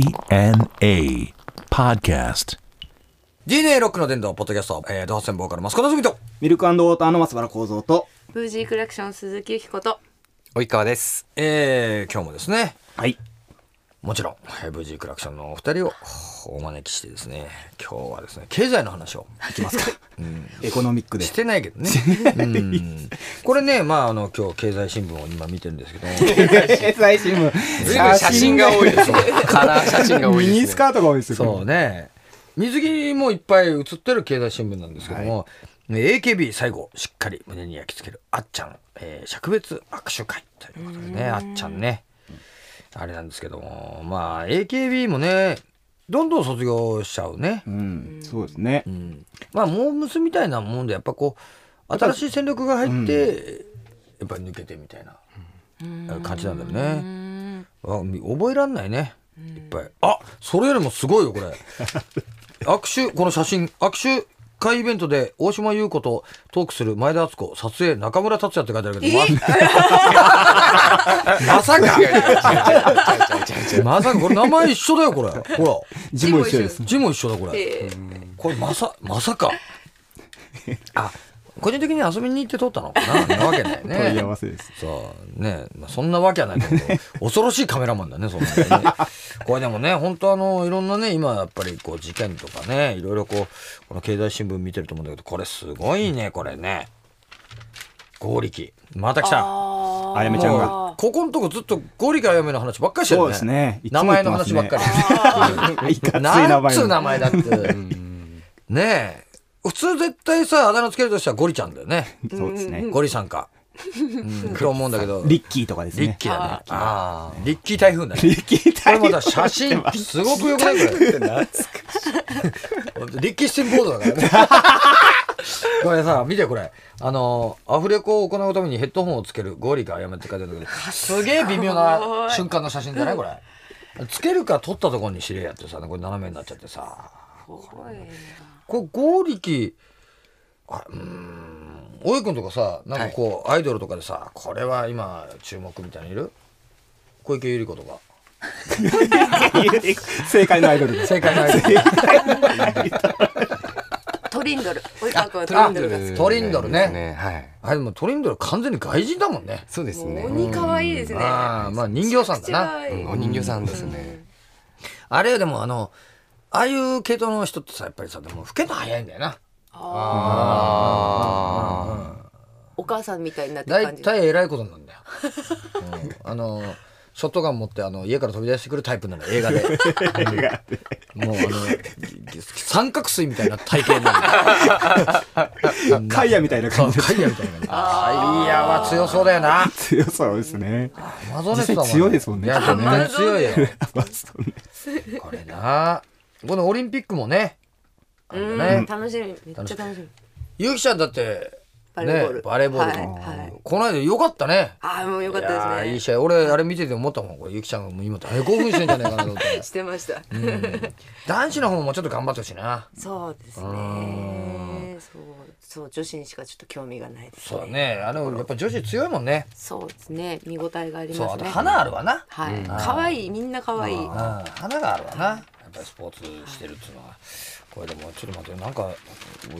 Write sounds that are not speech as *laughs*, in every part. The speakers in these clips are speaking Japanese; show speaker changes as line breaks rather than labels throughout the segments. DNA Podcast.
DNA ロックの伝道ポッドキャスト、えー、ドハセンボーカルマスコのズミと、
ミルクウォーターの松原幸三と。
ブージークラクション鈴木由紀子と
及川です。
えー、今日もですね、
はい。
もちろん、えー、VG クラクションのお二人をお招きしてですね、今日はですね、経済の話を
いきますか。エコノミックで
し。てないけ *laughs* どね。うんこれね、まあ、あの、今日経済新聞を今見てるんですけ *laughs* ど、
最 *laughs* 新聞。
随分写真が多いですね。カラー写真が多いです、ね。
ミニスカートが多いですよ。
そうね。水着もいっぱい映ってる経済新聞なんですけども、ね AKB 最後、しっかり胸に焼き付ける、あっちゃん、えー、灼別握手会ということでね、あっちゃんね。あれなんですけども、まあ、AKB もね、どんどん卒業しちゃうね。
うん。そうですね。
まあ、モームスみたいなもんで、やっぱこう、新しい戦力が入って、やっぱり抜けてみたいな感じなんだよね。あみ覚えらんないね。いっぱい。あそれよりもすごいよ、これ。握手、この写真、握手会イベントで大島優子とトークする前田敦子、撮影中村達也って書いてあるけど、ままさか、まさか、これ名前一緒だよ、これ。ほ
字も一緒です
ら、。字も一緒だ、これ。
えー
これまさまさ
*laughs*
かあ個人的に遊びに行って撮ったのかなそんなわけないね
問い合わせです。
そうね、まあ、そんなわけはないけど
*laughs*
恐ろしいカメラマンだねそんなのねこれでもね本当あのいろんなね今やっぱりこう事件とかねいろいろこうこの経済新聞見てると思うんだけどこれすごいねこれね剛力また来た
あ
あやめちゃんが。
もうここのとこずっと剛力あやめの話ばっかりしてる
そ
ね
うですね。いつ
名
も
前
言って
の
ます
話
ね
ばっかり。
いかつい名
なん
前
つう
の。
名前だって。ねえ。普通絶対さ、あだ名つけるとしたらゴリちゃんだよね。
そうですね。
ゴリさんか。うん、と思うんだけど。
リッキーとかですね。
リッキーだね。ああ。リッキー台風だね。
リッキー
これま
大変
た写真、すごくよくないこれ。リッキーシティボードだからね。これさ、見てこれ。あの、アフレコを行うためにヘッドホンをつけるゴリかやめって書いてあるんだけど、すげえ微妙な瞬間の写真じゃないこれ。つけるか撮ったところに知れやってさ、これ斜めになっちゃってさ。これ剛力あうーん大江君とかさなんかこう、アイドルとかでさこれは今注目みたいにいる小池百合子とか
正解のアイドルです。
正解のアイドル
トリンドル及川君はトリ
あ
ンドルが好き
トリンドル
です
ね
は
あ
い。
でもトリンドル完全に外人だもんね
そうですね。
鬼可愛いですね
ああまあ人形さんだな
口がいい
お人形さんですね。
あれでもあのああいう系統の人ってさやっぱりさでも老けた早いんだよな
あ
お母さんみたいになってる
大
感じ
体偉いことなんだよ、うんあのショットガン持ってあの家から飛び出してくるタイプなの映画でもうあの三角錐みたいな体型になる
*laughs*
カイヤみたいな
そ
感
う
じで
カイヤみたいなカイヤは強そうだよな
強そうですね。
マゾネスだもん
実際強いですもんね
いや全然強いよ
まあそうね
これなこのオリンピックもねあれだ
うん
ね
楽しみめっちゃ楽しみ
ゆうきちゃんだって
バレーボール
ねバレーボール
はいはい
この間よかったね
ああもうよかっ
いや
た
ーい
で
い
す
試
ね
合俺あれ見てて思ったもんこれゆうきちゃんがもう今大興奮してんじゃないかなと思
*laughs*
って
してました
男子の方もちょっと頑張ってほしいな。
そうですねそうそう女子にしかちょっと興味がないです
そうだね。あの、やっぱ女子強いもんね。
そうですね見応えがあり
そう、
ま
あ
す
と
ね
花あるわな。
はい可愛いみんな可愛い
うん、花があるわな。やっぱりスポーツしてるっていうのは。これでも、ちょっと待って、なんか、おい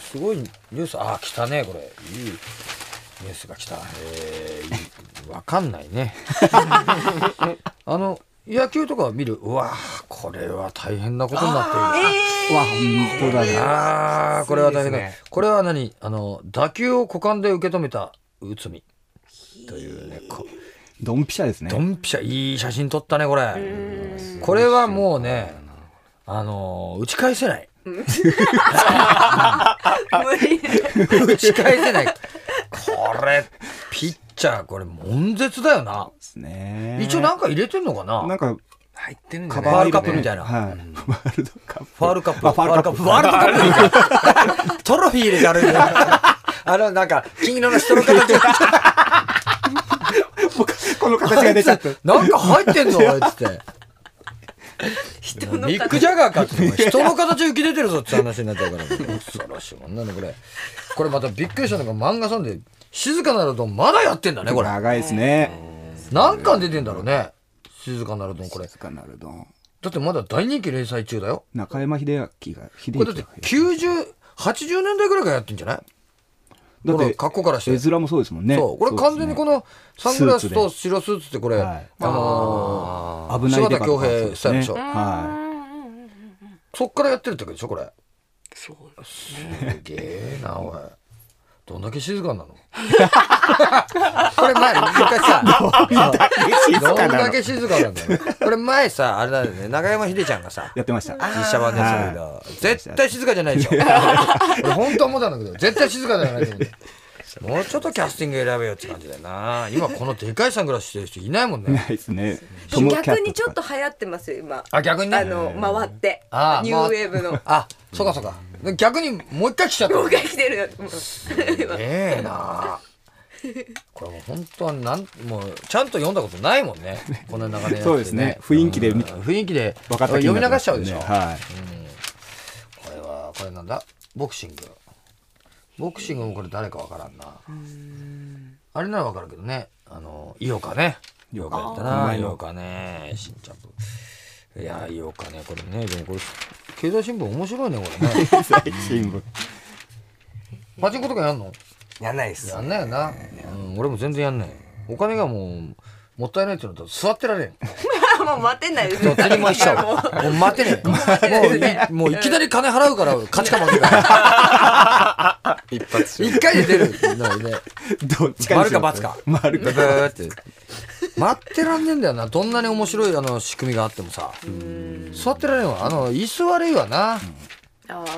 すごいニュース、あー、来たね、これ。いいニュースが来た。えーいい、わかんない *laughs* ね。あの、野球とか見る。うわーこれは大変なことになっている。
うわ、本当だね。
ああ、これは大変だ。
そうです
これは何あの、打球を股間で受け止めた内海。というね、こ
ドンピシャですね
ド。ンピシャ、いい写真撮ったね、これ。これはもうね、あのー打ち返せない。 *laughs*
無理
打ち返せない。これ、ピッチャー、これ、悶絶だよな。
ですね
一応なんか入れてんのかな
なんか、
あ。入ってるんじ
カ
ゃ
バ
ファ
ー
ー
リ
ル
バ
カ
ー
ップみたいな
はい。ワールドカップ。
ファールカップ。
あファールカップ
ファールカップ。ファールドカップいいか。トロフィー入れてあるよ。あの、なんか、金色の人の
*laughs*
形
この形が出ちゃった。
なんか入ってんぞ、あいつって。人のビッグジャガーかってお前人の形浮き出てるぞって話になっちゃうから恐ろしいもんなねこれこれまたびっくりしたのが漫画さんで静かなるとんまだやってんだねこれ
長いですね。
何巻出てんだろうね静かなるとんこれ
静かなるドン。
だってまだ大人気連載中だよ。
中山秀明が、秀
これ
明
だ
が
って90、80年代ぐらいからやってんじゃない
だっ
ほら
て、
格好からして
絵面もそうですもんね。
そう。これ完全にこ
の、
のサングラスと
ス
白スーツってこれ、
はい
あのー
危ない
柴
で
田
か
恭平スタイルでしょ。
は
そっからやってるってわけでしょ、これ。
そう
すげえな、おい。どんだけ静かなの *laughs* これ前、昔さ、
い。
*laughs* どんだ
の
け静かなんだよ。これ前さ、あれだよね、中山秀ちゃんがさ、
やってました。
実写版でそれだ。絶対静かじゃない
*laughs*
でしょ。俺本当は思ったんだけど、絶対静かじゃないと思って。もうちょっとキャスティング選べよって感じだよな。今このでかいサングラスしてる人いないもんね
な。いですね。
逆にちょっと
ト
流行ってますよ今
あ、逆にね。
あの回って
あー
ニューウェー
*laughs*
ブの
あ、そうかそうか。逆にもう一回来ちゃった。
動画来てるなと思う
ええなこれもう本当はなんもうちゃんと読んだことないもんねこんな長年やって、
そうですね雰囲気で
うん
見
雰囲気で
分かった気
読
に
み
なって
流
ま
し
す
ちゃうでしょ、
は
こ
い。
れはこれなんだボクシングボクシングもこれ誰かわからんなあれならわかるけどねあの井岡ね井岡やったな井岡ね新ちゃんといや井岡ねこれねでもこれ経済新聞面白いねこれね
最新聞。
パチンコとかやんの
やんないです
やんないよな、うん、俺も全然やんないお金がもうもったいないってのと座ってられん
もう待てないです
どっちにも一緒 *laughs* もう待てねえもういもういきなり金払うから勝ちか負けか
一発
一回で出るのにね
どっちかにしよ
丸か
う
罰か
丸
ブ
か
ブーって待ってらんねえんだよなどんなに面白いあの仕組みがあってもさ座ってられんわあの椅子悪いわな、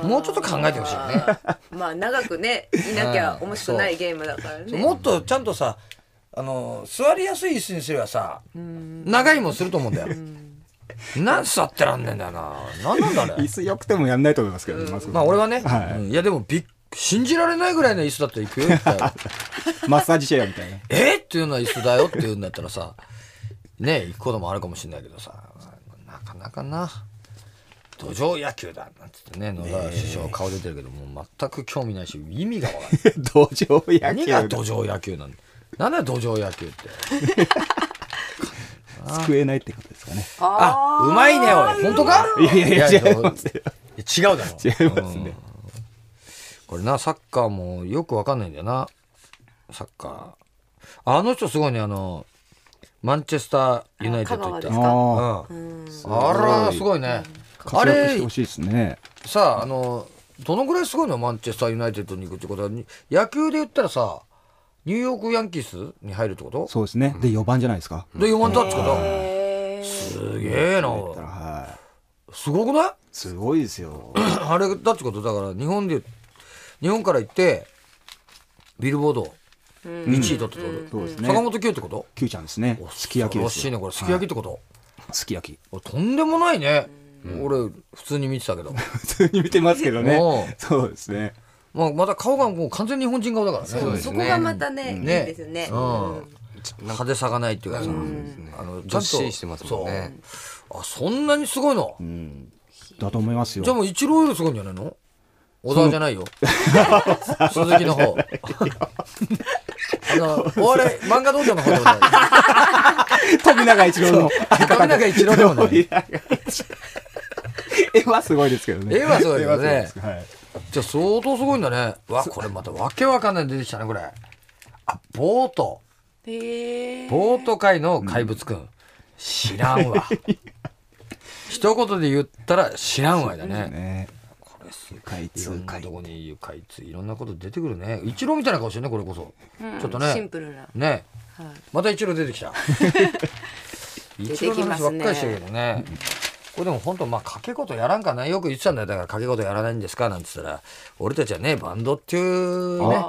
もうちょっと考えてほしいよね
まあ長くねいなきゃ面白くないゲームだからね
もっとちゃんとさあの座りやすい椅子にすればさ長いもんすると思うんだよ何座ってらんねえんだよな何なんだあれ
椅子よくてもやんないと思いますけどね、マスク
まあ俺はね、
はい
うんいやでもびっ信じられないぐらいの椅子だったら行くよって
*laughs* マッサージチェアみ *laughs* たいな。
えっていうような椅子だよっていうんだったらさね行くこともあるかもしれないけどさなかなかな土壌野球だなんつってね野田首相顔出てるけどもう全く興味ないし意味がわかんない
土壌 *laughs* 野
何
球
が土壌野球なんだなんだよ土壌野球って
救えないってことですかね。
あうまいねおい本当か
いやいやいや
いや
違いますよ
違うだろ
違いますね。
これなサッカーもよくわかんないんだよなサッカーあの人すごいねあのマンチェスターユナイテッド行った
香
ああ。
うん、あらすごいねあ
活躍し
れ
てほしいですね。
さああのどのぐらいすごいのマンチェスターユナイテッドに行くってことはに野球で言ったらさニューヨークヤンキースに入るってこと
そうですね。で、4番じゃないですか。
で4番だっつけどすげえな
は
すごくない
い。すごいですよ。
*clears throat* あれだってことだから日本で日本から行ってビルボード1位取ってってこと、
そうですね
坂本九ってこと
キューちゃんですね。すき焼き
恐
で
ろ
すよ。
しいねこれすき焼きっ
は
てこと、
い。すき焼き。 *laughs*
俺とんでもないね、俺普通に見てたけど、
普通に見てますけど
おう
ね。そうですね。
まあ、また顔がもう完全に日本人顔だからね
そうそこがまたね、いいですよね。
うん派手さがないっていうかさ、あのちゃんと
どっしりしてますもんね
そうあそんなにすごいの、
だと思いますよ。
じゃあもう一郎よりすごいんじゃないの小沢じゃないよ。鈴木の方。あの、お笑い、漫画道場の方でもない。
富永一郎の。
富永一郎でもない。
富永一郎 *laughs* 絵はすごいですけどね。
絵はすごいけどね
絵はすごいですはい。
じゃあ相当すごいんだね。わ、これまたわけわかんないの出てきたね、これ。あ、ボート。
へえ
ボート界の怪物くん。知らんわ。一言で言ったら知らんわいだね。
ね。
これす
開
いろ
通
んな
開
とこにいるかいついろんなこと出てくるね一郎みたいな顔してるねこれこそ、ちょっとね
シンプルな
ね、
はい
また一郎出てきた
て
一
きま
郎の話ば
すね
っかりしてるけどねこれでも本当まあ掛け事やらんかなよく言ってたんだよだから掛け事やらないんですかなんて言ったら俺たちはねバンドっていうね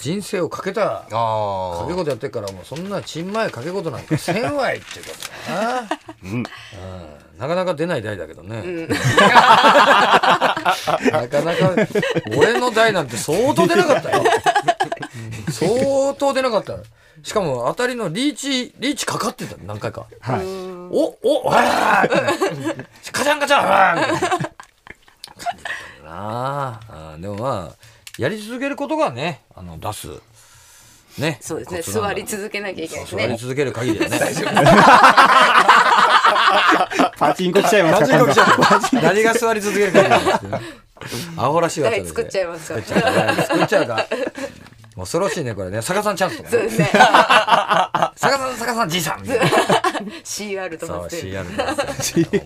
人生をかけた
あ
掛け事やってるからもうそんなちんまい掛け事なんかせんわいっていうことだな、うんなかなか *laughs* 出ない代だけどね、なかなか俺の代なんて相当出なかったよ相当出なかったよしかも当たりのリーチリーチかかってた何回か
はい。
おおわあカチャンカチャンわあみたいな感じだったんだなあーでもまあやり続けることがねあの出すね
そうですね
コツなんだ
座り続けなきゃいけないです
座り
ね
続ける限りはね大丈夫
パチンコ来ちゃいますか
何
今度
何が座り続けるか分かんないですけどアホらしいわけ
台作っちゃいますか
作っちゃう作っちゃうか恐ろしいねこれね逆さんチャンスとか
そう
ね
です
*laughs*
ね。
逆さん逆さんじいさんみたいな
CR と
そう
思って
CR だ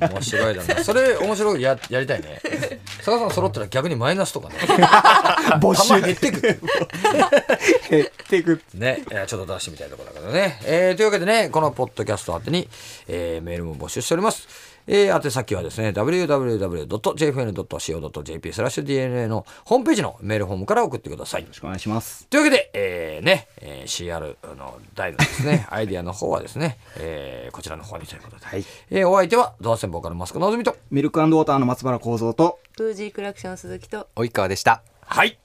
面白いだねそれ面白いややりたいね逆さん揃ったら逆にマイナスとかね
没
球
収
減ってく
減っていく。
ね、えーちょっと出してみたいところだけどね。えーというわけでね、このポッドキャスト宛てに、えーメールも募集しております。えー宛先はですね、www.jfn.co.jp スラッシュ DNA のホームページのメールフォームから送ってください。
お願いします。
というわけで、えーね、えー CR の題のですね、 *laughs* アイディアの方はですね、えーこちらの方にということで。えーお相手は、ドアセンボーカルマスクのぞみと。
ミルクウォーターの松原幸三と、
フージークラクション鈴木と
及川でした。
はい。